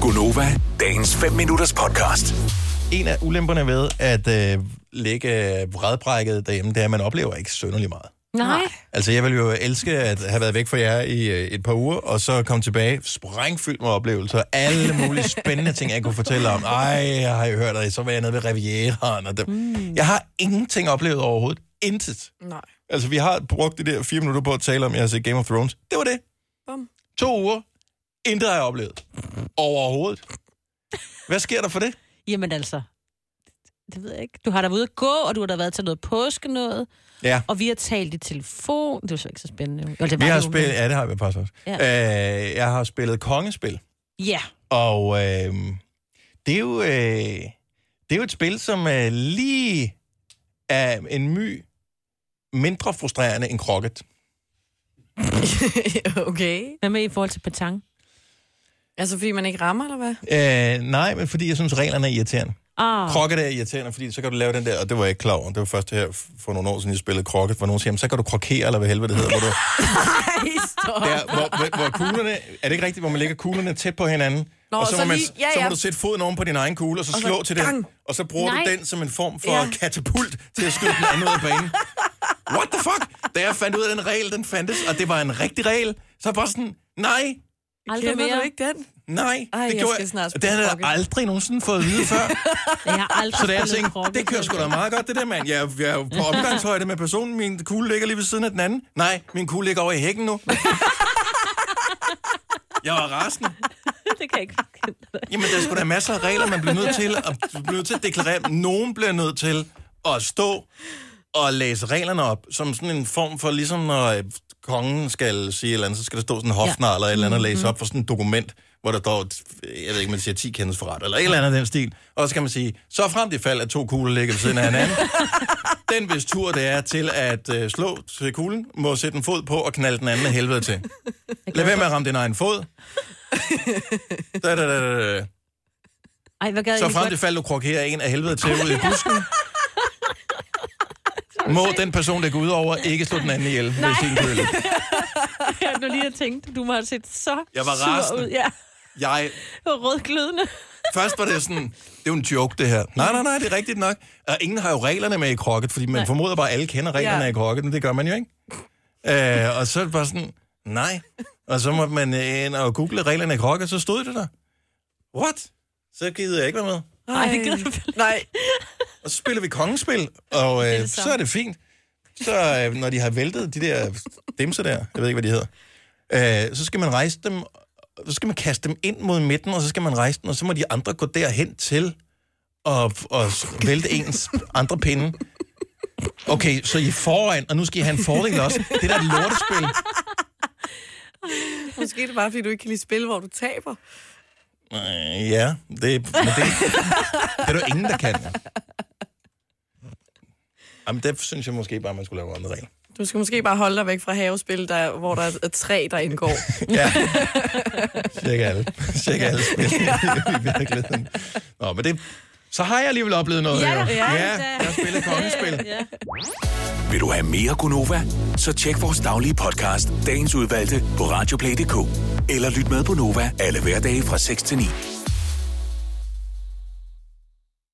Gunova, dagens 5 minutters podcast. en af ulemperne ved at øh, ligge vredbrækket derhjemme, det er, at man oplever ikke sønderlig meget. Nej. Altså, jeg ville jo elske at have været væk fra jer i øh, et par uger, og så komme tilbage sprængfyldt med oplevelser. Alle mulige spændende ting, jeg kunne fortælle om. Ej, jeg har I hørt dig, så var jeg nede ved Rivieraen. Og dem. Mm. Jeg har ingenting oplevet overhovedet. Intet. Nej. Altså, vi har brugt de der fire minutter på at tale om, jeg har set Game of Thrones. Det var det. Bum. To uger. Intet har jeg oplevet. Overhovedet. Hvad sker der for det? Jamen altså, det ved jeg ikke. Du har da været ude at gå, og du har da været til noget påske noget, Ja. og vi har talt i telefon. Det var så ikke så spændende. Jo, det var Vi har det jo, men- spillet, ja, det har vi faktisk også. Ja. Ja. Øh, jeg har spillet kongespil, Ja, og øh, det, er jo, øh, det er jo et spil, som øh, lige er en my mindre frustrerende end krokket. okay. hvad med i forhold til petang? Altså, fordi man ikke rammer, eller hvad? Øh, nej, men fordi jeg synes, reglerne er irriterende. Ah, Krokket er irriterende, fordi så kan du lave den der, og det var jeg ikke klar over. Det var først her for nogle år siden, jeg spillede krokket, hvor nogen siger, "Jamen, så kan du krokere, eller hvad helvede det hedder. Hvor du, der, hvor, hvor, hvor kuglerne, er det ikke rigtigt, hvor man lægger kuglerne tæt på hinanden? Nå, og så, så, så må man, lige- ja, så må ja. du sætte foden oven på din egen kugle, og så, så slå til den. gang. Og så bruger Nej. Nej. du den som en form for ja. Ja. katapult til at skyde den anden ud af banen. What the fuck? Da jeg fandt ud af den regel, den fandtes, og det var en rigtig regel, så var jeg bare sådan, nej, aldrig Kender mere. du ikke den? nej, Ej, det jeg gjorde skal snart Det spille havde jeg pocket. aldrig nogensinde fået at vide før. Jeg har aldrig Så da jeg spillet tænkte, krokket. det kører sgu da meget godt, det der mand. Jeg, er- jeg er jo på opgangshøjde med personen. Min kugle ligger lige ved siden af den anden. Nej, min kugle ligger over i hækken nu. Jeg var rasende. det kan jeg ikke. Jamen, der er sgu da masser af regler, man bliver nødt til at, bliver nødt til at deklarere. Nogen bliver nødt til at stå og læse reglerne op, som sådan en form for, ligesom når øh, kongen skal sige et eller andet, så skal der stå sådan en hofnar ja. eller et eller andet og læse op for sådan et dokument, hvor der står, jeg ved ikke, man siger 10 kendes for ret, eller et eller andet af den stil. Og så kan man sige, så frem til fald, at to kugler ligger ved siden af hinanden. den hvis tur det er til at øh, slå til kuglen, må sætte en fod på og knalde den anden af helvede til. Lad være med at ramme din egen fod. Da, da, da, da, da. Ej, hvad gad Så jeg frem til godt? fald, du krokerer en af helvede til ud i busken. Må den person, det går ud over, ikke slå den anden ihjel med sin køle. Jeg nu lige at tænke, du må have set så Jeg var sur rasende. ud. Ja, Jeg, og rødglødende. først var det sådan, det er jo en joke, det her. Nej, nej, nej, det er rigtigt nok. Og ingen har jo reglerne med i krokket, fordi man nej. formoder bare, at alle kender reglerne ja. Ja. i krokket, men det gør man jo ikke. Øh, og så var sådan, nej. Og så måtte man øh, ind og google reglerne i krokket, så stod det der. What? Så gider jeg ikke være med. Ej, det gider jeg vel. Nej. Og så spiller vi kongespil, og øh, det samme. så er det fint. Så øh, når de har væltet de der dimser der, jeg ved ikke, hvad de hedder, øh, så skal man rejse dem, så skal man kaste dem ind mod midten, og så skal man rejse dem, og så må de andre gå derhen til og, og vælte ens andre pinde. Okay, så I er foran, og nu skal I have en fordel også. Det er da et lortespil. Måske er det bare, fordi du ikke kan lide spil, hvor du taber. Øh, ja, det, men det, det er der jo ingen, der kan. Jamen, det synes jeg måske bare, man skulle lave andre regler. Du skal måske bare holde dig væk fra havespil, der, hvor der er tre, der indgår. Ja. Cirka alle. Cirka alle spil i virkeligheden. Nå, men det... Så har jeg alligevel oplevet noget. Ja, jo. ja, ja da. jeg har spillet kongespil. Ja. Vil du have mere Gunova? Så tjek vores daglige podcast, dagens udvalgte, på radioplay.dk. Eller lyt med på Nova alle hverdage fra 6 til 9.